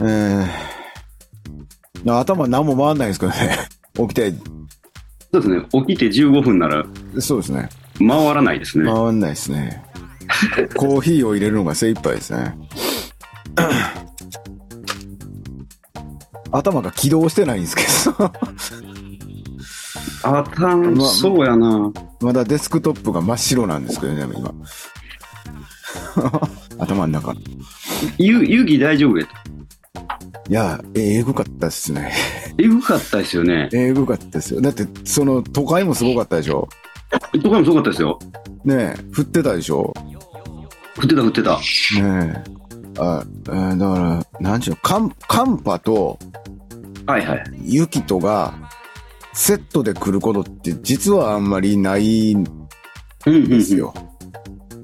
うん。頭何も回んないですけどね。 起きて、そうですね。起きて15分ならそうですね。回らないですね。回んないですね。コーヒーを入れるのが精一杯ですね。 頭が起動してないんですけど。 あたん、まあそうやな。まだデスクトップが真っ白なんですけどね、今。 頭の中。いゆ、ゆぎ大丈夫やった。や、えぐかったですね。えぐかったですよね。えぐかったですよ。だって、その、都会もすごかったでしょ。どこでもすごかったですよ。ねえ、降ってたでしょ。降ってた降ってた。ねえ。あ、えーだから、なんちゅうの、寒寒波とはいはい。雪とが、セットで来ることって、実はあんまりないんうんうんうん。ですよ。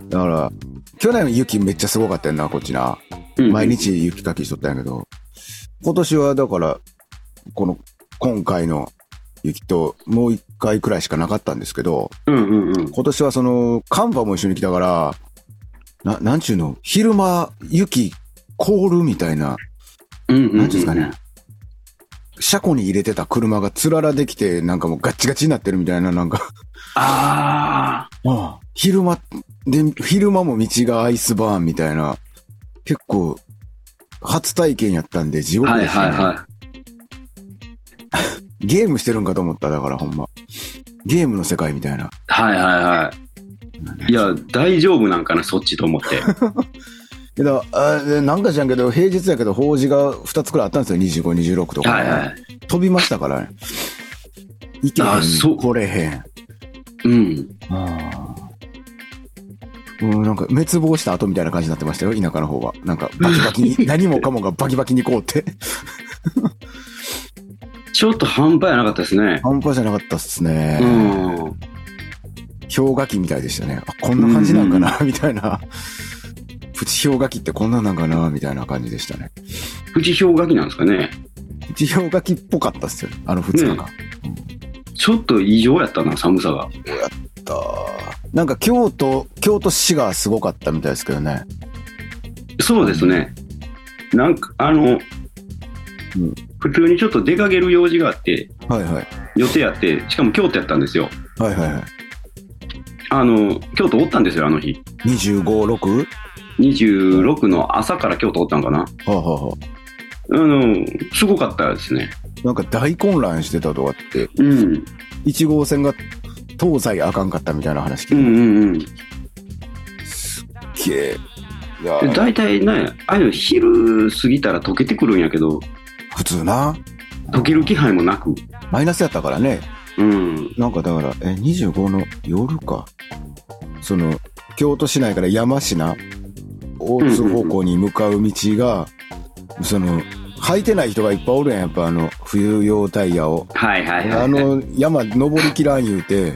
だから、去年雪めっちゃすごかったよな、こっちな。うんうん毎。日雪かきしとったんやけど、今年はだから、この今回の雪ともう一回くらいしかなかったんですけど、うんうんうん。今年はその寒波も一緒に来たから、な、なんちゅうの、昼間雪凍るみたいな、うんうん。なんていうんですかね。車庫に入れてた車がつららできて、なんかもうガッチガチになってるみたいな、なんか、ああ。昼間、で、昼間も道がアイスバーンみたいな、結構、初体験やったんで地獄はでいしたはね。いはゲームしてるんかと思った、だからほんま。ゲームの世界みたいな。い。はいはいはい。いや、大丈夫なんかな、そっちと 思って。けど、あーなんかじゃんけど、平日やけど、法事が2つくらいあったんですよ、25、26とか、はいは飛びましたからね。いけへ、あそうん来れへん。い。うん。うん、なんか滅亡した後みたいな感じになってましたよ、田舎の方は。なんかバキバキに、 何もかもがバキバキにこうって。 ちょっと半端やなかったですね。半端じゃなかったっすね。うん。氷河期みたいでしたね。あ、こんな感じなんかな、みたいな。プチ氷河期ってこんなんなんかな、みたいな感じでしたね。富士氷河期なんですかね。一氷河期っぽかったっすよ、あの2日間。だちょっと異常やったな、寒さが。なんか京都、京都市がすごかったみたいですけどね。そうですね。なんか、あの、うん普通にちょっと出かける用事があって、はいはい。予定あって、しかも京都やったんですよ。はいはいはい。あの、京都おったんですよ、あの日。 25、6? 26の朝から京都おったんかな。はあ、はあはあの、すごかったですね。あ、なんか大混乱してたとかって、うん。 1号線が東西あかんかったみたいな話う聞いんうんうん。でて。いやー大体ね、ああいうの昼過ぎたら溶けてくるんやけど、普通な。溶ける気配もなく。マイナスやったからね。うん。なんかだから、え、25の夜か。その、京都市内から山科、大津方向に向かう道が、その、履いてない人がいっぱいおるやん、やっぱあの、冬用タイヤを。はいはいはい。あ、の、山登りきらん言うて、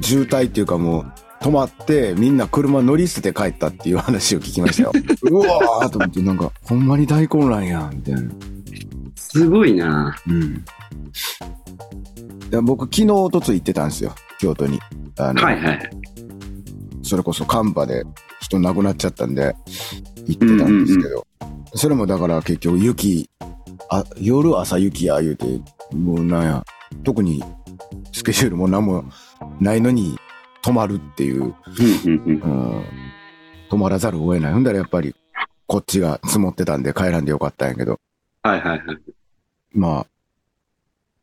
渋滞っていうかもう、止まって、みんな車乗り捨てて帰ったっていう話を聞きま したよ。うわーと思って、なんか、ほんまに大混乱やん、みたいな。すごいな。うん。いや僕、昨日、おとつい行ってたんですよ、京都に。あの、はいはい。それこそ寒波で人亡くなっちゃったんで、行ってたんですけど。それもだから結局雪、あ、夜朝雪や言うて、もうなんや、特にスケジュールも何もないのに止まるっていう、うんうんうん。うん、止まらざるを得ない。ほんだらやっぱり、こっちが積もってたんで帰らんでよかったんやけど、はいはいはい。まあ、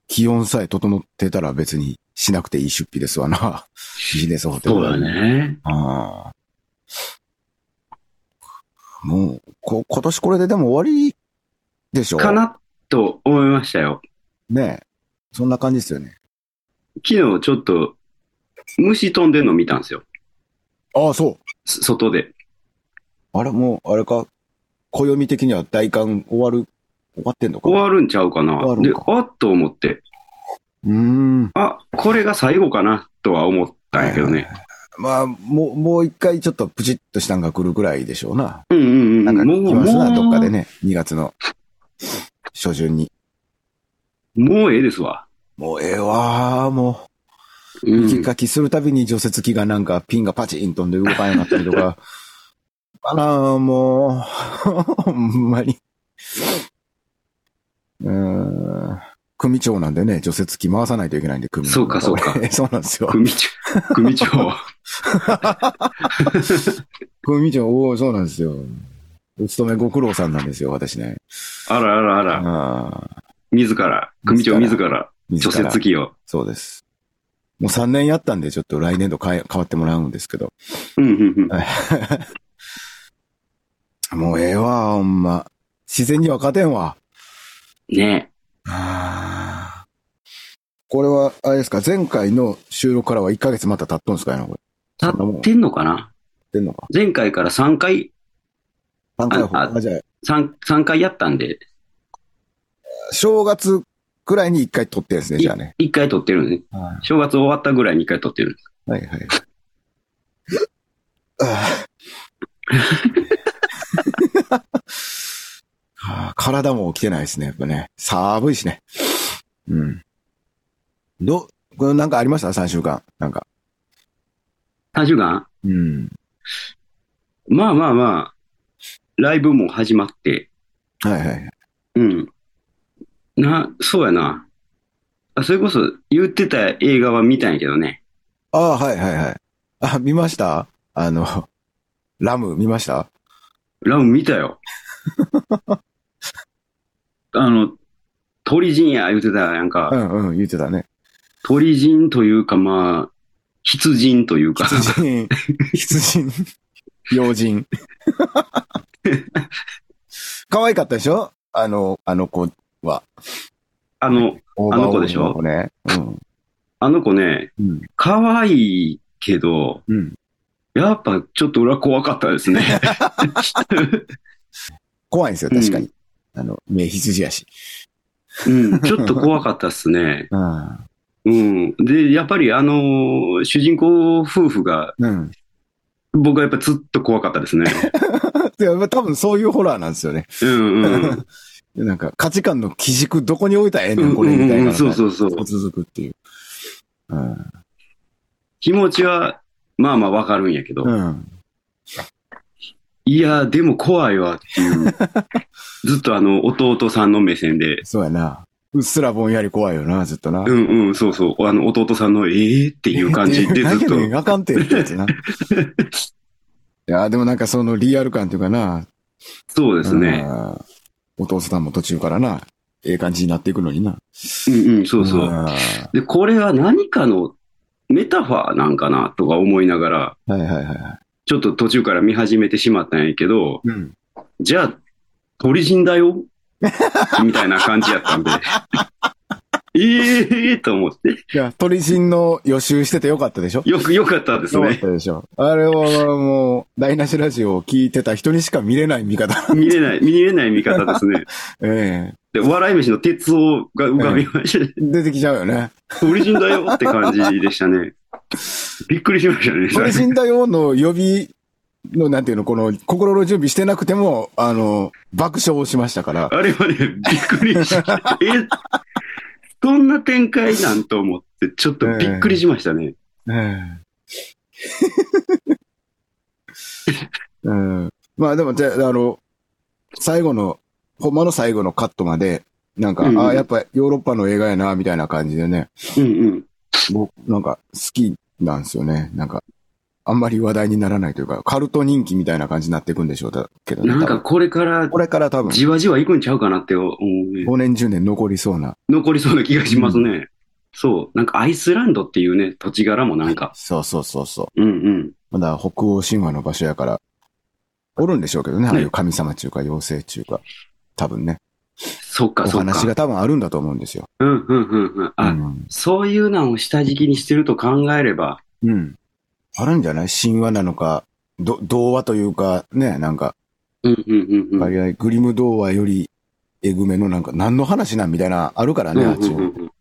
気温さえ整ってたら別にしなくていい出費ですわな。 ビジネスホテルそうはだね。ああ。もう、こ、今年これででも終わりでしょかなと思いましたよ。ねえ。そんな感じですよね。昨日ちょっと虫飛んでんの見たんですよ。ああ、そす外で。う。あれ、もう、あれか。暦的には大寒終わる、終わってんのか。終うわるんちゃうかな。終わるでんか、あっと思って、ーん。あ、これが最後かなとは思ったんやけどね。まあ、もう、もう一回ちょっとプチッとしたんが来るぐらいでしょうな。うんうんうん。なんかもう来ますな、もうどっかでね。2月の初旬に。もうええですわ。もうええわー、もう。うん雪かきするたびに除雪機がなんかピンがパチン飛んで動かなかったりとか。あら、もう、ほんまに。うーん。組長なんでね、除雪機回さないといけないんで、組そうかそうか。 そうなんですよ。組長、 組長。組長、おお、そうなんですよ。お勤めご苦労さんなんですよ、私ね。あらあらあら、ああ、自ら、組長自自ら、除自ら雪機を。そうです。もう3年やったんで、ちょっと来年度変え変わってもらうんですけど。うんうんうん。もうええわ、ほんま。自然には勝てんわ。ねあーこれは、あれですか、前回の収録からは1ヶ月また経っとんですかやな、これ。立そんなもんってんのかなってんのか。前回から3回、 3回ほどああじゃあ、 3、三回やったんで、正月くらいに1回撮ってんですね、じゃあね。 1回撮ってるんで、ね、は正月終わったぐらいに1回撮ってるんです。いはい。 あー はあ体も起きてないですね、やっぱね。寒いしね。うん。ど、これなんかありました ?3 週間。なんか。 3週間うん。まあまあまあ、ライブも始まって、はいはいはい。うん。な、そうやな。あそれこそ言ってた映画は見たんやけどね。ああ、はいはいはい。あ、見ましたあの、ラム見ましたラム見たよ。 あの、鳥人や言ってたやんか。うんうん、言って たね。鳥人というかまあ、羊人というか、羊、羊、用人。 可愛かったでしょあの、あの子は。 あの、オあの子でしょーバーオールの子ね。あの子ね、うん。可愛いけど、うん。うん。やっぱちょっと裏怖かったで すね。怖いんですよ、確かに。あの、目羊やし。うん、ちょっと怖かったっすね。うん。うん。で、やっぱりあのー主人公夫婦が、うん。 僕はやっぱずっと怖かった ですね。でまあ多分そういうホラーなんですよね。うんうん。 なんか価値観の基軸どこに置いたらええうねん、んこれみたいなのうが。ん、そうそうそう。続くっていう。うん。気持ちは、まあまあわかるんやけど、うん。いや、でも怖いわって いう。ずっとあの、弟さんの目線で、そうやな。うっすらぼんやり怖いよな、ずっとな。うんうん、そうそう。あの、弟さんの、えーっていう感じでずっと。何やねんあ かんてってやつな。いや、でもなんかそのリアル感というかな。そうですね。うん。お父さんも途中からな、ええ感じになっていくのにな。うんうん、そうそう。んはで、これは何かのメタファーなんかなとか思いながら、いはいはいはちょっと途中から見始めてしまったんやけど、い。うん。じゃあ、鳥人だよみたいな感じやったんで。 ええーと思って。いや、鳥人の予習しててよかったでしょよく、よかったですよかっね。たでしょ。あれはもう、台無しラジオを聞いてた人にしか見れない見方。 見れない、見れない見方ですね。えで、笑い飯の鉄夫が浮かびま したね。え出てきちゃうよね。鳥人だよって感じでしたね。びっくりしましたね。鳥人だよの予備の、なんていうの、この、心の準備してなくても、あの、爆笑をしましたから。あれはね、びっくりした。え、そんな展開なんと思って、ちょっとびっくりしましたね。うん。うんまあでも、じゃあ、あの、最後の、ほんまの最後のカットまで、なんか、うんああ、やっぱヨーロッパの映画やな、みたいな感じでね、うん僕、なんか好きなんですよね。なんか、あんまり話題にならないというか、カルト人気みたいな感じになっていくんでしょうだけどうん。ね。なん多か分これからこれから多分、じわじわ行くんちゃうかなって思う。 5年10年残りそうな。残りそうな気がしますね。そう。なんかアイスランドっていうね、土地柄もなんか。そうそうそうそう。うんまだ北欧神話の場所やから、おるんでしょうけどね、ああいう神様中か妖精中か、多分ね、うん。そっかおそっ話か。が多分あるんだと思うんですよ。うんうんうんうん。うあ、ん。そういうのを下敷きにしてると考えれば、うん。あるんじゃない神話なのか、ど、童話というか、ね、なんか、うんうんうんうん。割合グリム童話より、えぐめのなんか、何の話なんみたいな、あるからね、あっちうんうんも。うんうん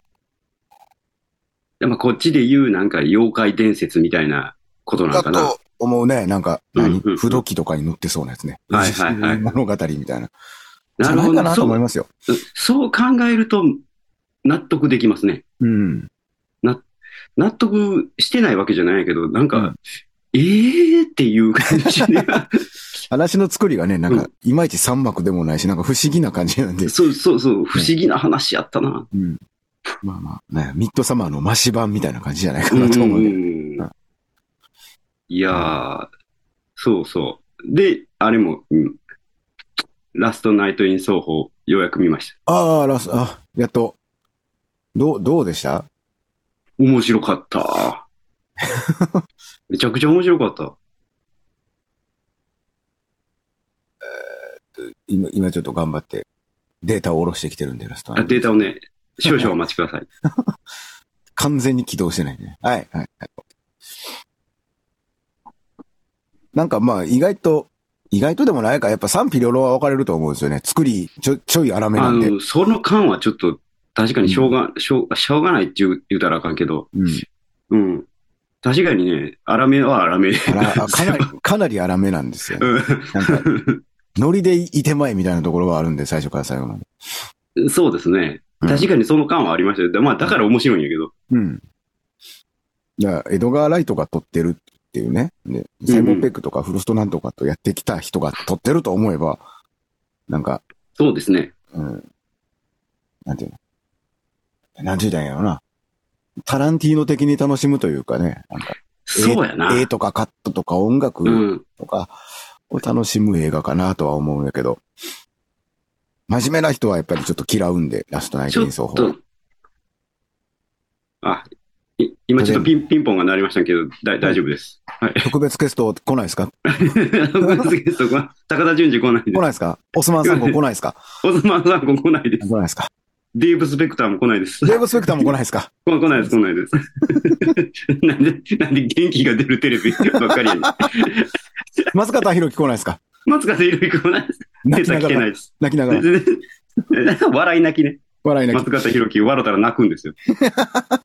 でもこっちで言うなんか妖怪伝説みたいなことなだんかな。と思うね、なんか、う何んうんうん不動機とかに載ってそうなやつね。はいはいはい 物語みたいな。なるほじゃないかど。なとそ思いうますよ。そう考えると納得できますね。うん。納得してないわけじゃないけど、なんか、うんええーっていう感じで。話の作りがね、なんか、いまいち三幕でもないし、なんか不思議な感じなんで。そうそうそう、不思議な話やったな。うん。まあまあ、ね、ミッドサマーのマシ版みたいな感じじゃないかうんなうと思う。んうんいやー、そうそう。で、あれも、うんラストナイトイン奏法、ようやく見ました。ああ、ラス、あ、やっと。どう、どうでした面白か った。めちゃくちゃ面白かった。今、今ちょっと頑張って、データを下ろしてきてるんで、ラストあデータをね、少々お待ちくだ さい。完全に起動してないね。はい、はい。はいなんかまあ、意外と、意外とでもないか、やっぱ賛否両論は分かれると思うんですよね。作り、ちょ、ちょい荒めなあんで。の、その間はちょっと、確かにしょうが、しょうしょうがないって言う言うたらあかんけど、うん。うん。確かにね、荒めは荒め。あらあかなり、かなり荒めなんですよ、ね。 うなんか、 ノリでいてまいみたいなところはあるんで、最初から最後まで。んそうですね。うん確かにその間はありましたよ。でまあ、だから面白いんやけど。うん。だから、江戸川ライトが撮ってるっていうね。で、サイモン・ペックとかフロストなんとかとやってきた人が撮ってると思えば、なんか、そうですね。うん。なんていうのなんて言うたらいいんやろな。タランティーノ的に楽しむというかね。なんかそうやな。絵とかカットとか音楽うん。とかを楽しむ映画かなとは思うんやけど。真面目な人はやっぱりちょっと嫌うんで、ラストナイちトょ演っ奏法。と、あ、い今ちょっとピンピンポンが鳴りましたけど、だい大丈夫です。 はい。特別ゲスト来ないですかそこは高田純次来ないで来ないですかオスマンさん来ないですかす。オズマンさんも来ないで来す。ないですかディープスペクターも来ないです。デーブ・スペクターも来ないです かこ来ないです、来ないです。 なんで、なんで元気が出るテレビばっかりやねん松方弘樹来ないですか松方ゆるく来ないです。泣出きなたが来てなら、いです。泣きながら、笑い泣きね。笑いなが松方弘樹、笑ったら泣くんですよ。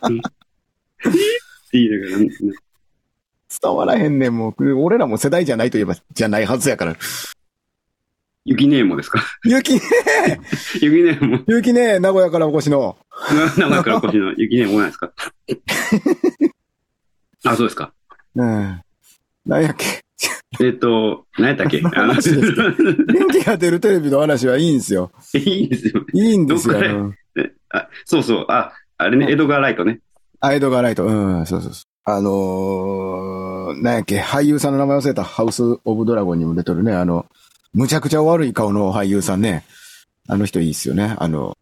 うんって言いながらら、伝わらへんねん、もう。俺らも世代じゃないといえば、じゃないはずや から。雪ねえもですか。 ゆきねえ雪ねえも、 ゆきねえ名古屋からお越しの。な名古屋からお越しの雪ねえも来ないですか。 あ、そうですか。うん。なんやっけ。えっと、何やった っけあの話です元気が出るテレビの話はいいんですよ。い いんですよ。いいんですよ。どっかあでのえあそうそう。あ、あれね、エドガー・ライトね。アイドガーライト。うん、そうそうそう。あのー、なんやっけ、俳優さんの名前忘れた。ハウス・オブ・ドラゴンにも出てるね。あの、むちゃくちゃ悪い顔の俳優さんね。あの人いいっすよね。あの、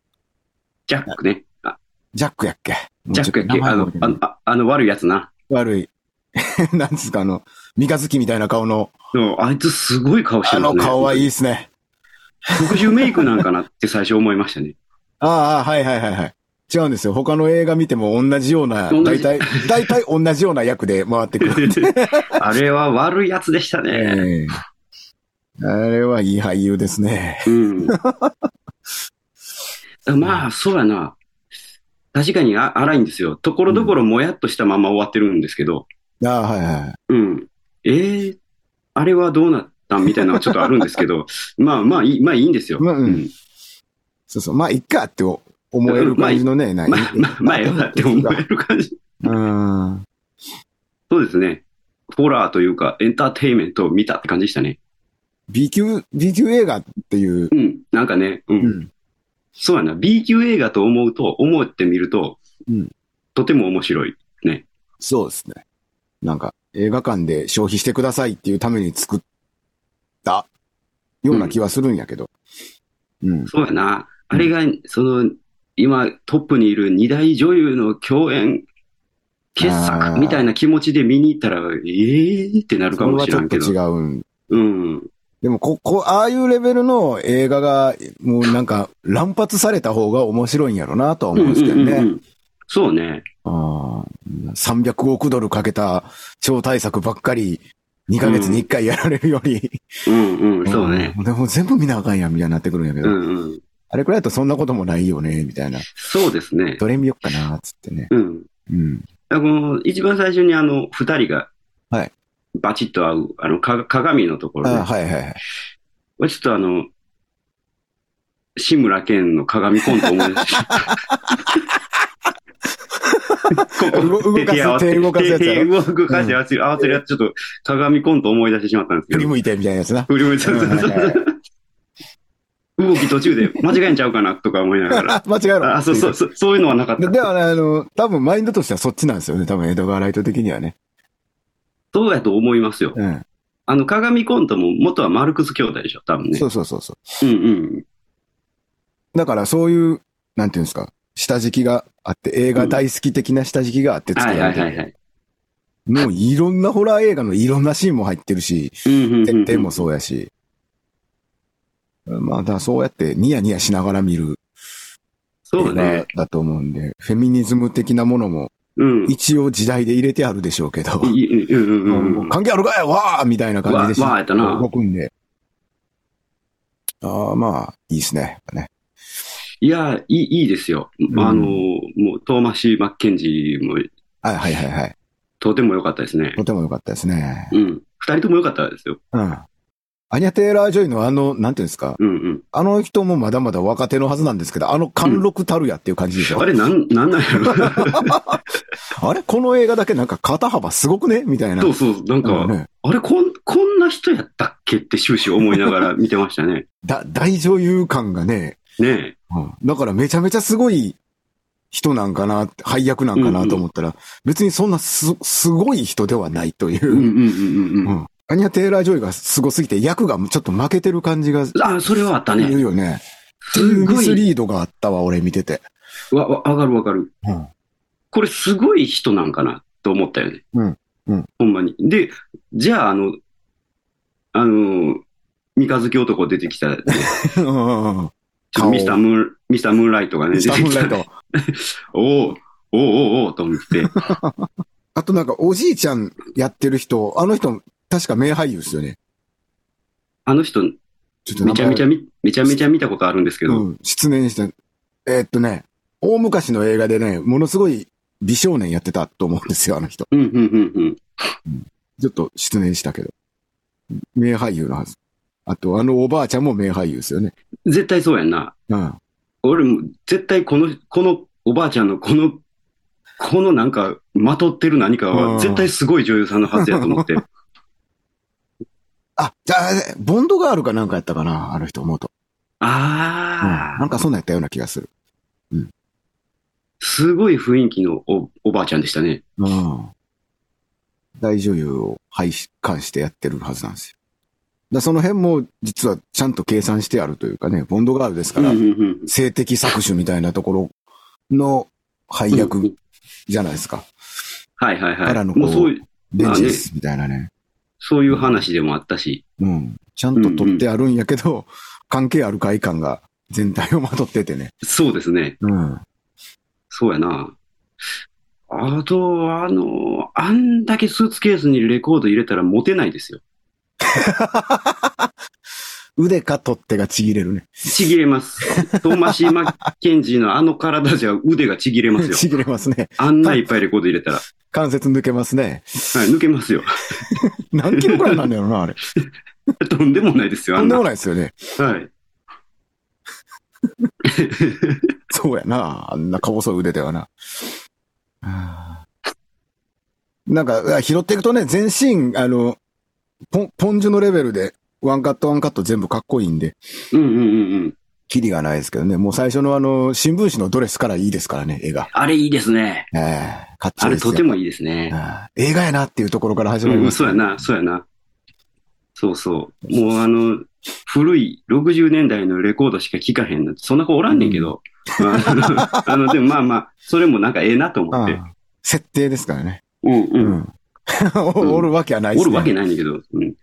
ジャックね。あジャックやっけ。ジャックやっけ名前あ覚のえて、なあいのああの悪いやつな。悪い。なんですか、あの、三日月みたいな顔の、でもあいつすごい顔してあるの顔はいいっすね。 特殊メイクなんかなって最初思いましたね。 ああ、はいはいはいはい。違うんですよ。他の映画見ても同じような、同大じ体、大体同じような役で回ってくる。あれは悪いやつでしたね。ええあれはいい俳優ですね。うん。まあ、そうやな。確かにあ荒いんですよ。ところどころもやっとしたまま終わってるんですけど。ああ、はいはい。うん。えー、あれはどうなったんみたいなのがちょっとあるんですけど。 まあまあいい、まあいいんですよ。まあうんうんそうそう。まあ、いっかって思える感じのね、ない。まあ、まあ、まあ、やば って思える感じ。うん。そうですね。ホラーというか、エンターテインメントを見たって感じでしたね。 B 級、B 級映画っていう。うん。なんかね、うん。うん。そうやな。B 級映画と思うと、思ってみると、うんとても面白い。そうですね。なんか、映画館で消費してくださいっていうために作ったような気はするんやけど。うん。そうやな。あれが、その、今、トップにいる二大女優の共演、傑あー作みたいな気持ちで見に行ったら、えーってなるそかれもはしちらょっんとけど違。うん。うん。でも、こ、こ、ああいうレベルの映画が、もうなんか、乱発された方が面白いんやろなとは思うんですけどね。うんうんうんうんそうね。ああ、300億ドルかけた超大作ばっかり、2ヶ月に1回やられるより、うんうん、そうね。ん。でも全部見なあかんやん、みたいになってくるんやけうど、んうん。あれくらいだとそんなこともないよね、みたいな。そうですね。どれ見よっかな、つってね。うん。うん。あこの一番最初にあの二人がはいバチッと合う、あのか鏡のところああ、ねはいはいはい。これちょっとあの志村けんの鏡コント思い出しここ 動かす手合わせ手動かすやつや手ろ動かして合わせる合わせるやつ、ちょっと鏡コント思い出してしまったんですけ振りど。向いてみたいなやつな。振り向いちゃったうんはいはい動き途中で間違えんちゃうかなとか思いながら。 間違えろ。あ、そうそう、そうそういうのはなかったで。でもね、あの、多分マインドとしてはそっちなんですよね。多分江戸川ライト的にはね。そうやと思いますよ。うん。あの、鏡コントも元はマルクス兄弟でしょ、多分ねそ。うそうそうそう。うんうん。だからそういう、なんていうんですか、下敷きがあって、映画大好き的な下敷きがあって作はいらはれいてはるいはい。もういろんなホラー映画のいろんなシーンも入ってるし、うんうんうんう設ん定もそうやし。まあ、だからそうやってニヤニヤしながら見るそ映うね画。だと思うんで、フェミニズム的なものもうん。一応時代で入れてあるでしょうけど、いいうんうんうんもう。うん関係あるかいわーみたいな感じでしわわーやったな動くんで。ああ、まあ、いいっすね。やっぱねいや、いい、いいですよ。んあの、もう、トーマシー・マッケンジーも、はいはいはいはい。とても良かったですね。とても良かったですね。うん。二人とも良かったですよ。うん。アニャ・テイラー・ジョイのあの、なんていうんですか、うんうん。あの人もまだまだ若手のはずなんですけど、あの貫禄たるやっていう感じでしょ。あれ、なん、なんなんやろあれこの映画だけなんか肩幅すごくねみたいな。 そうそう、ななんかんか、ねあれ、こん、こんな人やったっけって終始思いながら見てましたね。だ、大女優感がね、ねうんだからめちゃめちゃすごい人なんかなって、配役なんかなと思ったら、別にそんなす、すごい人ではないといえ。うんう。うんうんううんうん。んアニャ・テイラー・ジョイがすごすぎて、役がちょっと負けてる感じがすあ、それはあったるね。よね。っていすうミごスい。リードがあったわ、俺見てて。わ、わ、わかるわかるうん。これ、すごい人なんかなと思ったよね。うんうん。ほんまに。で、じゃあ、あの、あの、三日月男出てきたうんうん うんちょっとミスタームーン、ミスタームーンライトがね、スタッフライ出ト。てきたおおおおおおと思 って。あとなんか、おじいちゃんやってる人、あの人、確か名俳優ですよね。あの人、ちょっと名めちゃ前めちゃみ、めちゃめちゃ見たことあるんですけど、うん、失念した。えーっとね、大昔の映画でね、ものすごい美少年やってたと思うんですよ、あの人。うん、うん、うん、うん。ちょっと失念したけど。名俳優のはず。あと、あのおばあちゃんも名俳優ですよね。絶対そうやんな。うん。俺も、絶対この、このおばあちゃんのこの、このなんか、まとってる何かうは、ん絶対すごい女優さんのはずや と思って。あ、じゃあ、ボンドガールかなんかやったかな、あの人思うと。うん。あなあ、んかそんなんやったような気がする。すごい雰囲気のおおばあちゃんでしたね。うん。大女優を配管してやってるはずなんですよ。だその辺も実はちゃんと計算してあるというかね、ボンドガールですかうん、うら、ん、うん。性的搾取みたいなところの配役じゃないですか。はい、はい、はからい。のこうもうそういう、レンジですみたいなね。そういう話でもあったし、うん。ちゃんと取ってあるんやけど、関係ある外観が全体をまとっててね。そうですね。うん。そうやな。あと、あの、あんだけスーツケースにレコード入れたらモテないですよ。腕か取っ手がちぎれるね。ちぎれます。トーマシー・マッケンジーのあの体じゃ腕がちぎれ ますよ。ちぎれますね。あんないっぱいレコード入れたら。はい、関節抜けますね。抜けますよ。 何キロくらいなんだろうな、あれ。とんでもないですよ、あとんんでな。もはないですよね。い。 そうやな。あんなか細い腕ではな。はあなんか、拾っていくとね、全身、あの、ポン、ポンジュのレベルで、ワンカットワンカット全部かっこいいんで、うんうんうんうん。キリがないですけどね、もう最初のあの、新聞紙のドレスからいいですからね、映画。あれいいですね。ええかっちあょいいれですよとてもいいですね。ああ映画やなっていうところから始うまりんうまん、すそうやな、そうやな。そうそう。もうあの、古い60年代のレコードしか聴かへんの。そんな子おらんねんけど。まあ あの、あのでもまあまあ、それもなんかええなと思って。ああ設定ですからね。うんううん。ん。 おおるわけはないでおすね。るわけないねんだけど、うん。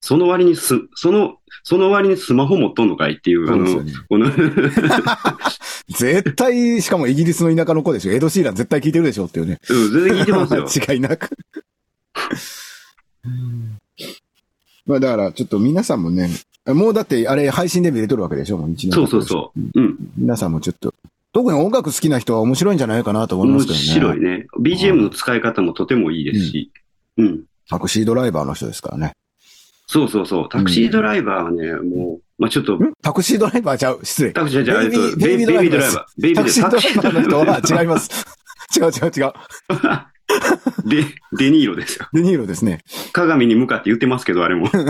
その割にす、その、その割にスマホ持っとんのかいっていう、あそうですよの、ね。この、絶対、しかもイギリスの田舎の子でしょ。エド・シーラン絶対聞いてるでしょっていうね。うん全然聞い てますよ。違いなく。まあだから、ちょっと皆さんもね、もうだってあれ配信で見れとるわけでしょ、もう一年そうそうそう。うん。う。皆さんもちょっと、特に音楽好きな人は面白いんじゃないかなと思います面けどね。白い。ね。BGM の使い方もとてもいいですし。うん。タクシードライバーの人ですからね。そうそうそう。タクシードライバーはね、もう、まあちょっと、んタクシードライバーちゃう失礼。タクシーじゃあ、えっと、ベベイイビビーードドラライイババーー。ベイビー タクシードライバーの人は違います。違う違う違う。で、デニーロですよ。デニーロですね。 鏡に向かって言ってますけど、あれも。ほん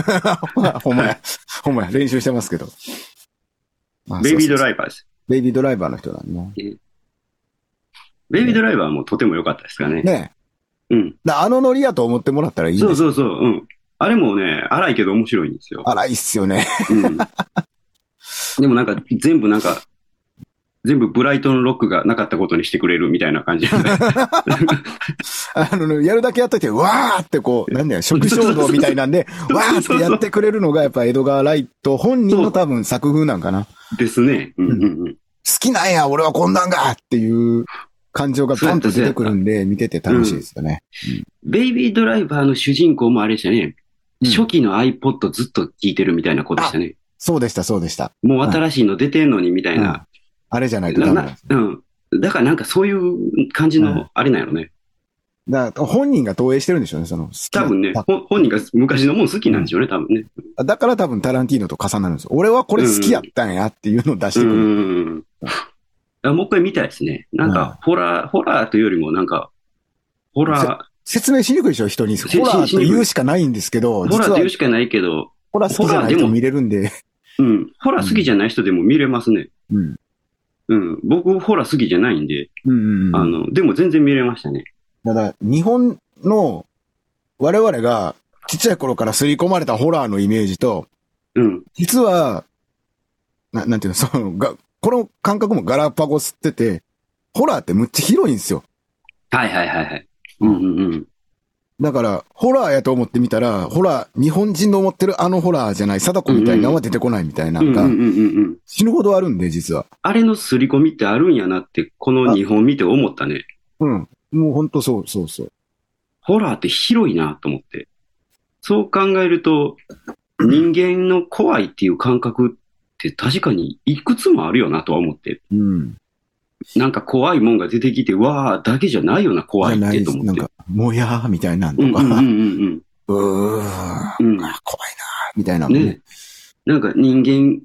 まやほんまや。ほんまや。練習してますけど。あベイそうビードそうそうライバーです。ベイビードライバーの人なんだね。ベイビードライバーもとても良かったですからね。ねうん。え。だあのノリやと思ってもらったらいいそうです。そうそう。うん。あれもね、荒いけど面白いんですよ。荒いっすよね。 うん。でもなんか、全部なんか、全部ブライトンロックがなかったことにしてくれるみたいな感じで。あの、やるだけやっといて、わーってこう、なんだよ、食衝動みたいなん で、うわーってやってくれるのが、やっぱ江戸川ライト本人そのう多分作風なんかな。好です ね。うんうんうん。きなんや、俺はこんなんがっていう感情がバンと出てくるんで、見てて楽しいですよね。ベイビードライバーの主人公もあれでしたね。うん初期の iPod ずっと聴いてるみたいな子でしたね。そうでした、そうでした。もう新しいの出てんのにみたいな。あれじゃないとダメななんでなす。うん。だからなんかそういう感じうの、あれなんやろね。だから本人が投影してるんでしょうね、その、好きな多分ね、ほ本人が昔のもん好きなんでしょうね、多分ね。だから多分タランティーノと重なるんですよ。俺はこれ好きやったんやっていうのを出してくうる。ん。あもう一回見たいですね。なんか、ホラー、ホラーというよりもなんか、ホラ説明しにくいでしょ、人に。ホしラーと言うしかないんですけど、ー、ホ実ラーっては言うしかないけど、ホラー好きじゃないと見れるんで。うん。ホラー好きじゃない人でも見れますね。うん。うん。僕、ホラー好きじゃないんで、うんうんあうん。の、でも全然見れましたね。ただ、日本の我々がちっちゃい頃から刷り込まれたホラーのイメージと、うん。実は、ななんていうの、その、が、この感覚もガラパゴスってて、ホラーってむっちゃ広いんですよ。はいはいはいはい。うんうんうん。だから、ホラーやと思ってみたら、ホラー、日本人の思ってるあのホラーじゃない、貞子みたいなのは出てこないみたいな、うなんんうんうか、んうん。死ぬほどあるんで、実は。あれの刷り込みってあるんやなって、この日本見て思ったね。うん。もうほんとそう、そうそう。ホラーって広いなと思って。そう考えると、人間の怖いっていう感覚って確かにいくつもあるよなとは思って。うん。なんか怖いもんが出てきて、わーだけじゃないよな、怖いじゃっないでてとす。思なっんて。か、もやーみたいなんとうんうんうんか、うん うーん、あうん。うん怖いなーみたいなのもね。なんか人間、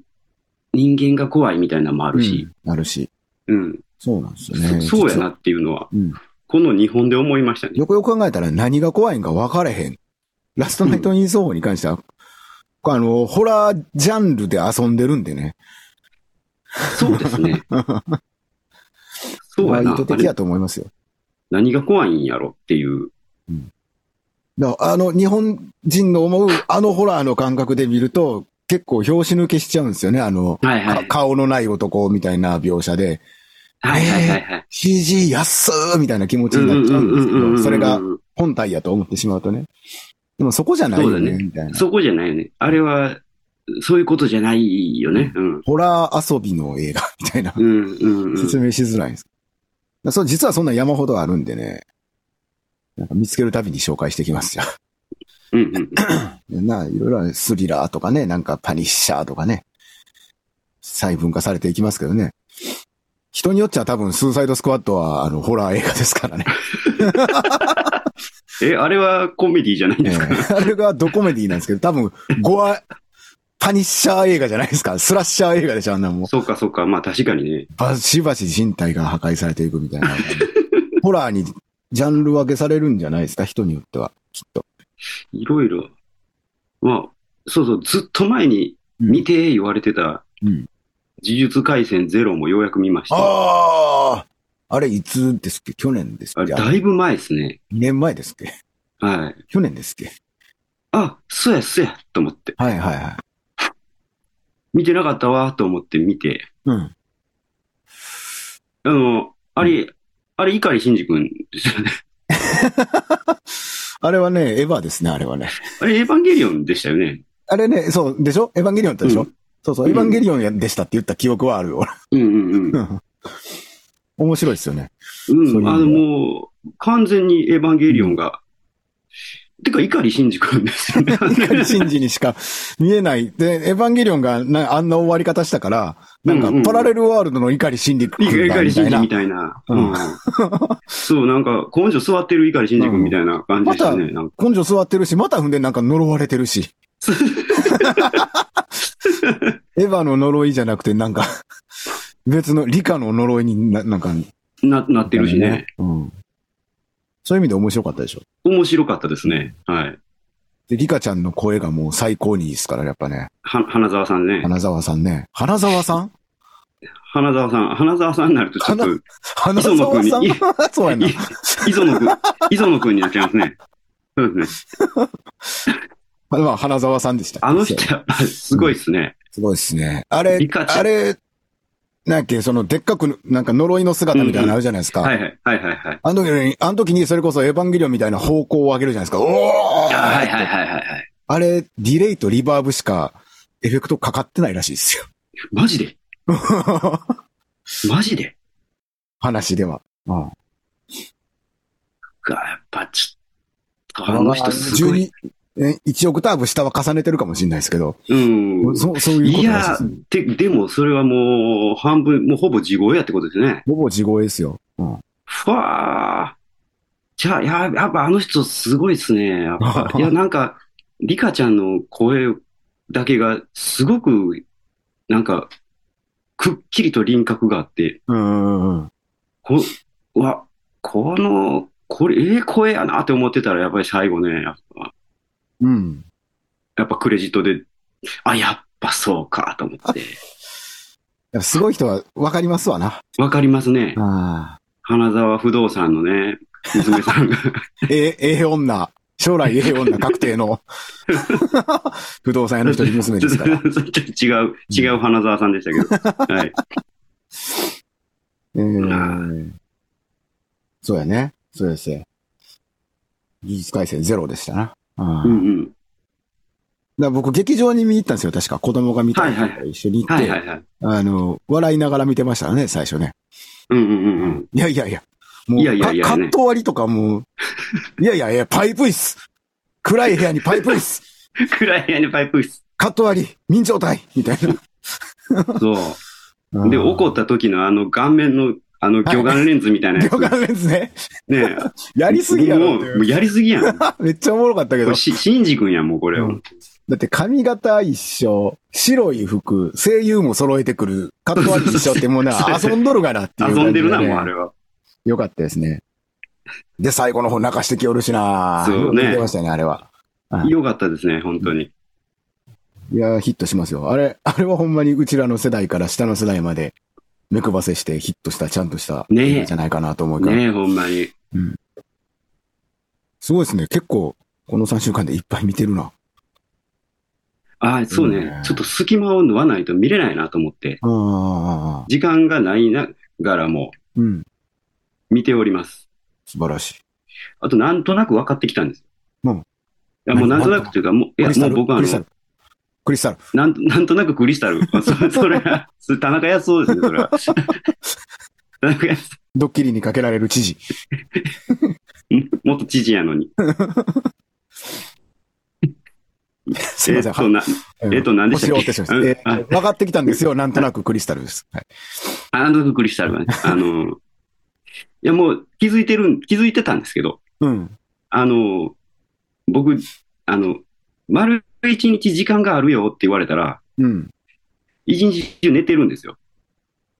人間が怖いみたいなのもあるし、うんあるし。うん。そうなんですよそね。そうや実は。なっていうのは、うん。この日本で思いましたね。よくよく考えたら何が怖いんか分かれへん。ラストナイトイン奏法に関しては、あの、ホラージャンルで遊んでるんでね。そうで すね。そうやまあな。意図あ的れやと思いますよ。何が怖いんやろっていう。だからあの、日本人の思うあのホラーの感覚で見ると、結構拍子抜けしちゃうんですよね。あの、はいはかい。顔のない男みたいな描写で、はいはいはいはい。 CG 安ーみたいな気持ちになっちゃうんですけど、それが本体やと思ってしまうとね。でもそこじゃないよそうね、だねみたいな。そこじゃないよね。あれは、そういうことじゃないよね。うん。ホラー遊びの映画 みたいな。うんうんうん。説明しづらいんです。だからそう、実はそんな山ほどあるんでね。なんか見つけるたびに紹介してきますよ。 うんうんなあ、いろいろあるスリラーとかね、なんかパニッシャーとかね。細分化されていきますけどね。人によっちゃ多分、スーサイドスクワットは、あの、ホラー映画ですからね。え、あれはコメディじゃないんえ ですか、え あれがドコメディなんですけど、多分、ゴア、パニッシャー映画じゃないですか。スラッシャー映画でしょ、あんなもん。そうかそうか。まあ確かにね。ばしばし人体が破壊されていくみ たいな。ホラーにジャンル分けされるんじゃないですか、人によっては。きっと。いろいろ。まあ、そうそう。ずっと前に見て言われてた、うん呪術廻戦ゼロもようやく見ました。あああれ、いつですっけ去年ですあっれけだいぶ前ですね。 2年前ですっけはい。去年ですっけあ、そうやそうやと思って。はいはいはい。見てなかったわと思って見て。うん。あの、あれ、あれ、碇シンジ君ですよね。あれはね、エヴァですね、あれはね。あれ、エヴァンゲリオンでしたよね。あれね、そう、でしょエヴァンゲリオンだったでしょ、うんそうそう、うんエヴァンゲリオンやでしたって言った記憶はあるよ。うんうんうん。俺面白いですよね。う、そういうんのあの、もう、完全にエヴァンゲリオンが、てか、碇シンジ君ですよ ね。光信じにしか見えない。で、エヴァンゲリオンがなあんな終わり方したから、なんかうんうんパラレルワールドの碇信じ君だ碇みシたいンジなみ。たいな。ううんん、そう、なんか、根性座ってる碇シンジ君みたいな感じでしたね。なんか根性座ってるし、また踏んでなんか呪われてるし。エヴァの呪いじゃなくて、なんか、別の理科の呪いにな、なんか、ななってるしね。うん。そういう意味で面白かったでしょ。面白かったですね。はい。で、リカちゃんの声がもう最高にいいですから、やっぱね。は花沢さんね。花沢さんね。花沢さん花沢さん、花沢さんになるとちょっと、花沢さん磯 そうやな。い磯野くん、 磯野くんになっちゃいますね。そうですね。まあまあ、花沢さんでした。あの人、やっぱすごいですね。すごいですね。あれリカ、ちゃんあれ、なんやっけ、その、でっかく、なんか呪いの姿みたいなのあるじゃないですか。はいはい、はいはいはい。あの時に、あの時にそれこそエヴァンゲリオンみたいな方向を上げるじゃないですか。おーあはいはいはいはいはい。あれ、ディレイとリバーブしかエフェクトかかってないらしいですよ。マジでマジで 話では。うん。が、やっぱちょっと、あの人すごい。 12え1オクターブ下は重ねてるかもしれないですけど、うん。そそういうこいとらしいでやすね。、で、でもそれはもう、半分、もうほぼ地声やってことですね。ほぼ地声ですよ。うん。ふわー。じゃあ、や、やっぱあの人すごいですね。やっぱいや、なんか、リカちゃんの声だけがすごく、なんか、くっきりと輪郭があって、うんうんうん。こ、うわ、この、これ、ええ声やなって思ってたら、やっぱり最後ね、やっぱ、うん。やっぱクレジットで、あ、やっぱそうかと思って。やっぱすごい人はわかりますわな。わかりますね。ああ。花沢不動産のね、娘 さんが。ええ、ええ女。将来ええ女確定 の不動産屋の一人娘ですから。ちょっと違う、違う花沢さんでしたけど。はい。えー、そうやね。そうですね。技術改正ゼロでしたな。ああだうかんうん。ら僕、劇場に見に行ったんですよ。確か、子供が見たはいいはいは一緒に行っはいて、はいはい。あの、笑いながら見てましたね、最初ね。うんうんうんいやいやいや。もう、いやいやいやかねカット割りとかもう、いやいやいや、パイプ椅子暗い部屋にパイプ椅子うん。暗い部屋にパイプ椅子。カット割り民状態みたいそう。な。で、うん怒った時のあの顔面の、あの魚眼レンズみたいなやつ。魚眼レンズね。ねやりすぎやろっもてう、いうもうやりすぎやん。こめっちゃおもろかったけどれ、。し、シンジ君やん、もうこれうをん。だって髪型一緒、白い服、声優も揃えてくる、カット割り一緒って もうそうな、です遊んどるがなっていう、遊んでるな、もうあ。れは。よかったですね。で、最後の方泣かしてきおるしなそうねよく見てましたね、あれは。はいよかったですね、本当に。いやー、ヒットしますよ。あれ、あれはほんまにうちらの世代から下の世代まで、目配せしてヒットした、ちゃんとした、ねえ映画じゃないかなと思うから。ねえ、ほんまに。すごいですね。結構、この3週間でいっぱい見てるな。ああ、そういいねね。ちょっと隙間を縫わないと見れないなと思って、ああ、時間がないながらもうん。見ております。素晴らしい。あと、なんとなく分かってきたんですうよ。んいやもうなんとなくというか、もう、いクや、リスタもうル、僕はあクリスタのル。、クリスタル。なんとなんとなくクリスタル。あそ それは、それ田中康夫ですね、それは。田中康ドッキリにかけられる知事。夫 もっと知事やのに。すいません。えっと、なえっと何でしたっけおしました。えあー分かってきたんですよ。なんとなくクリスタルです。はい。なんとなくクリスタルはね、あの、いや、もう気づいてるん、気づいてたんですけど、うん。あの、僕、あの、丸一日時間があるよって言われたら、うん。一日中寝てるんですよ。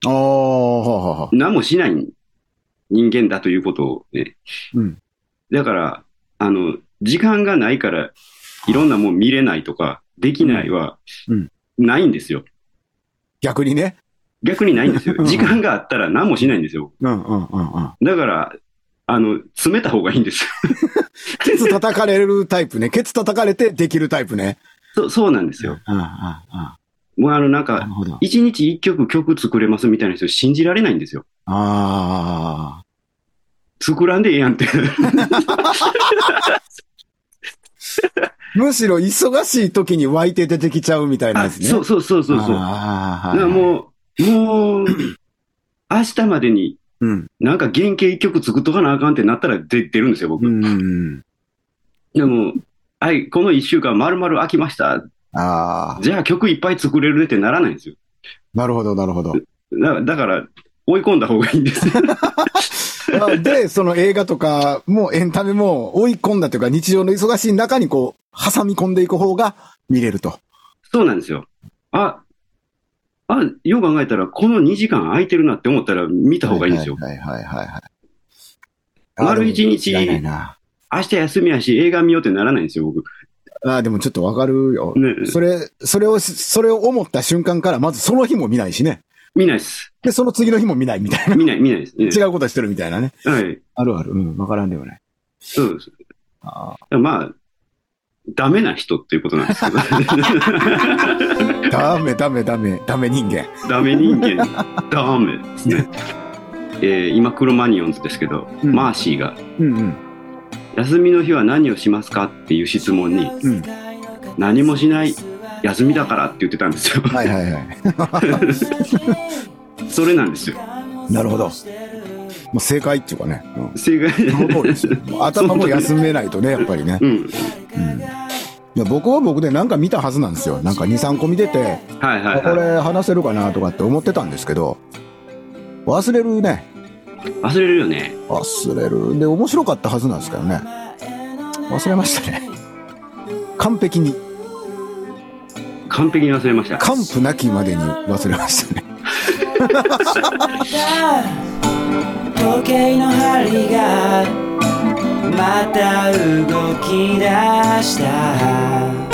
ああ、はあ、はあはあ。何もしない人間だということをね。うんだから、あの、時間がないから、いろんなもん見れないとか、できないはうん、ないんですよ。逆にね。逆にない んですよう。ん時間があったら何もしないんですよ。うん、うん、うん、うん。だから、あの、詰めた方がいいんです。ケツ叩かれるタイプね。ケツ叩かれてできるタイプね。 そうそうなんですよ。うん、うん、うん。もうあの、なんなかる、ほど。あ一日一曲曲作れますみたいな人信じられないんですよ。あ作らんでええやんって。ー。むしろ忙しい時に湧いて出てきちゃうみたいなやつね。そうそうそうそうそう。あだあ、からもう、もう、明日までにう。うん。なんか原型一曲作っとかなあかんってなったら出出るんですよ、僕。うんうん。でも、はい、この一週間まるまる空きました。ああ。じゃあ曲いっぱい作れるねってならないんですよ。なるほど、なるほど。だだから、追い込んだ方がいいんです。 あで、その映画とかもエンタメも追い込んだというか日常の忙しい中にこう、挟み込んでいく方が見れると。そうなんですよ。あ、あ、よう考えたら、この2時間空いてるなって思ったら見た方がいいんですよ。はいはいはいはいはい。丸一日あーでも嫌いないな。明日休みやし、映画見ようってならないんですよ、僕。あーでもちょっとわかるよ。ね、それ、それをし、それを思った瞬間から、まずその日も見ないしね。見ないです。で、その次の日も見ないみたいな。見ない、見ないです。ね違うことしてるみたいなね。はい。あるある。うん、わからんではない。そうです。あまあ、ダメな人っていうことなんです けど。ーダメダメダメ、ダメ人間。ダメ人間、ダメですね。えー今、クロマニオンズですけど、うんマーシーが、うんうん。休みの日は何をしますかっていう質問に、うん何もしない、休みだから って言ってたんですよ。はいはいはい。それなんですよ。なるほど。もう正解っていうかね。うん正解その通りですよ。もう頭も休めないとね、やっぱりね。うん。うんいや僕は僕でなんか見たはずなんですよ。なんか2、3個見てて、はいはあいこはい。れ話せるかなとかって思ってたんですけど、忘れるね。忘れるよね。忘れる。で、面白かったはずなんですけどね。忘れましたね。完璧に、完璧に忘れました。完膚なきまでに忘れましたね。時計の針がまた動き出した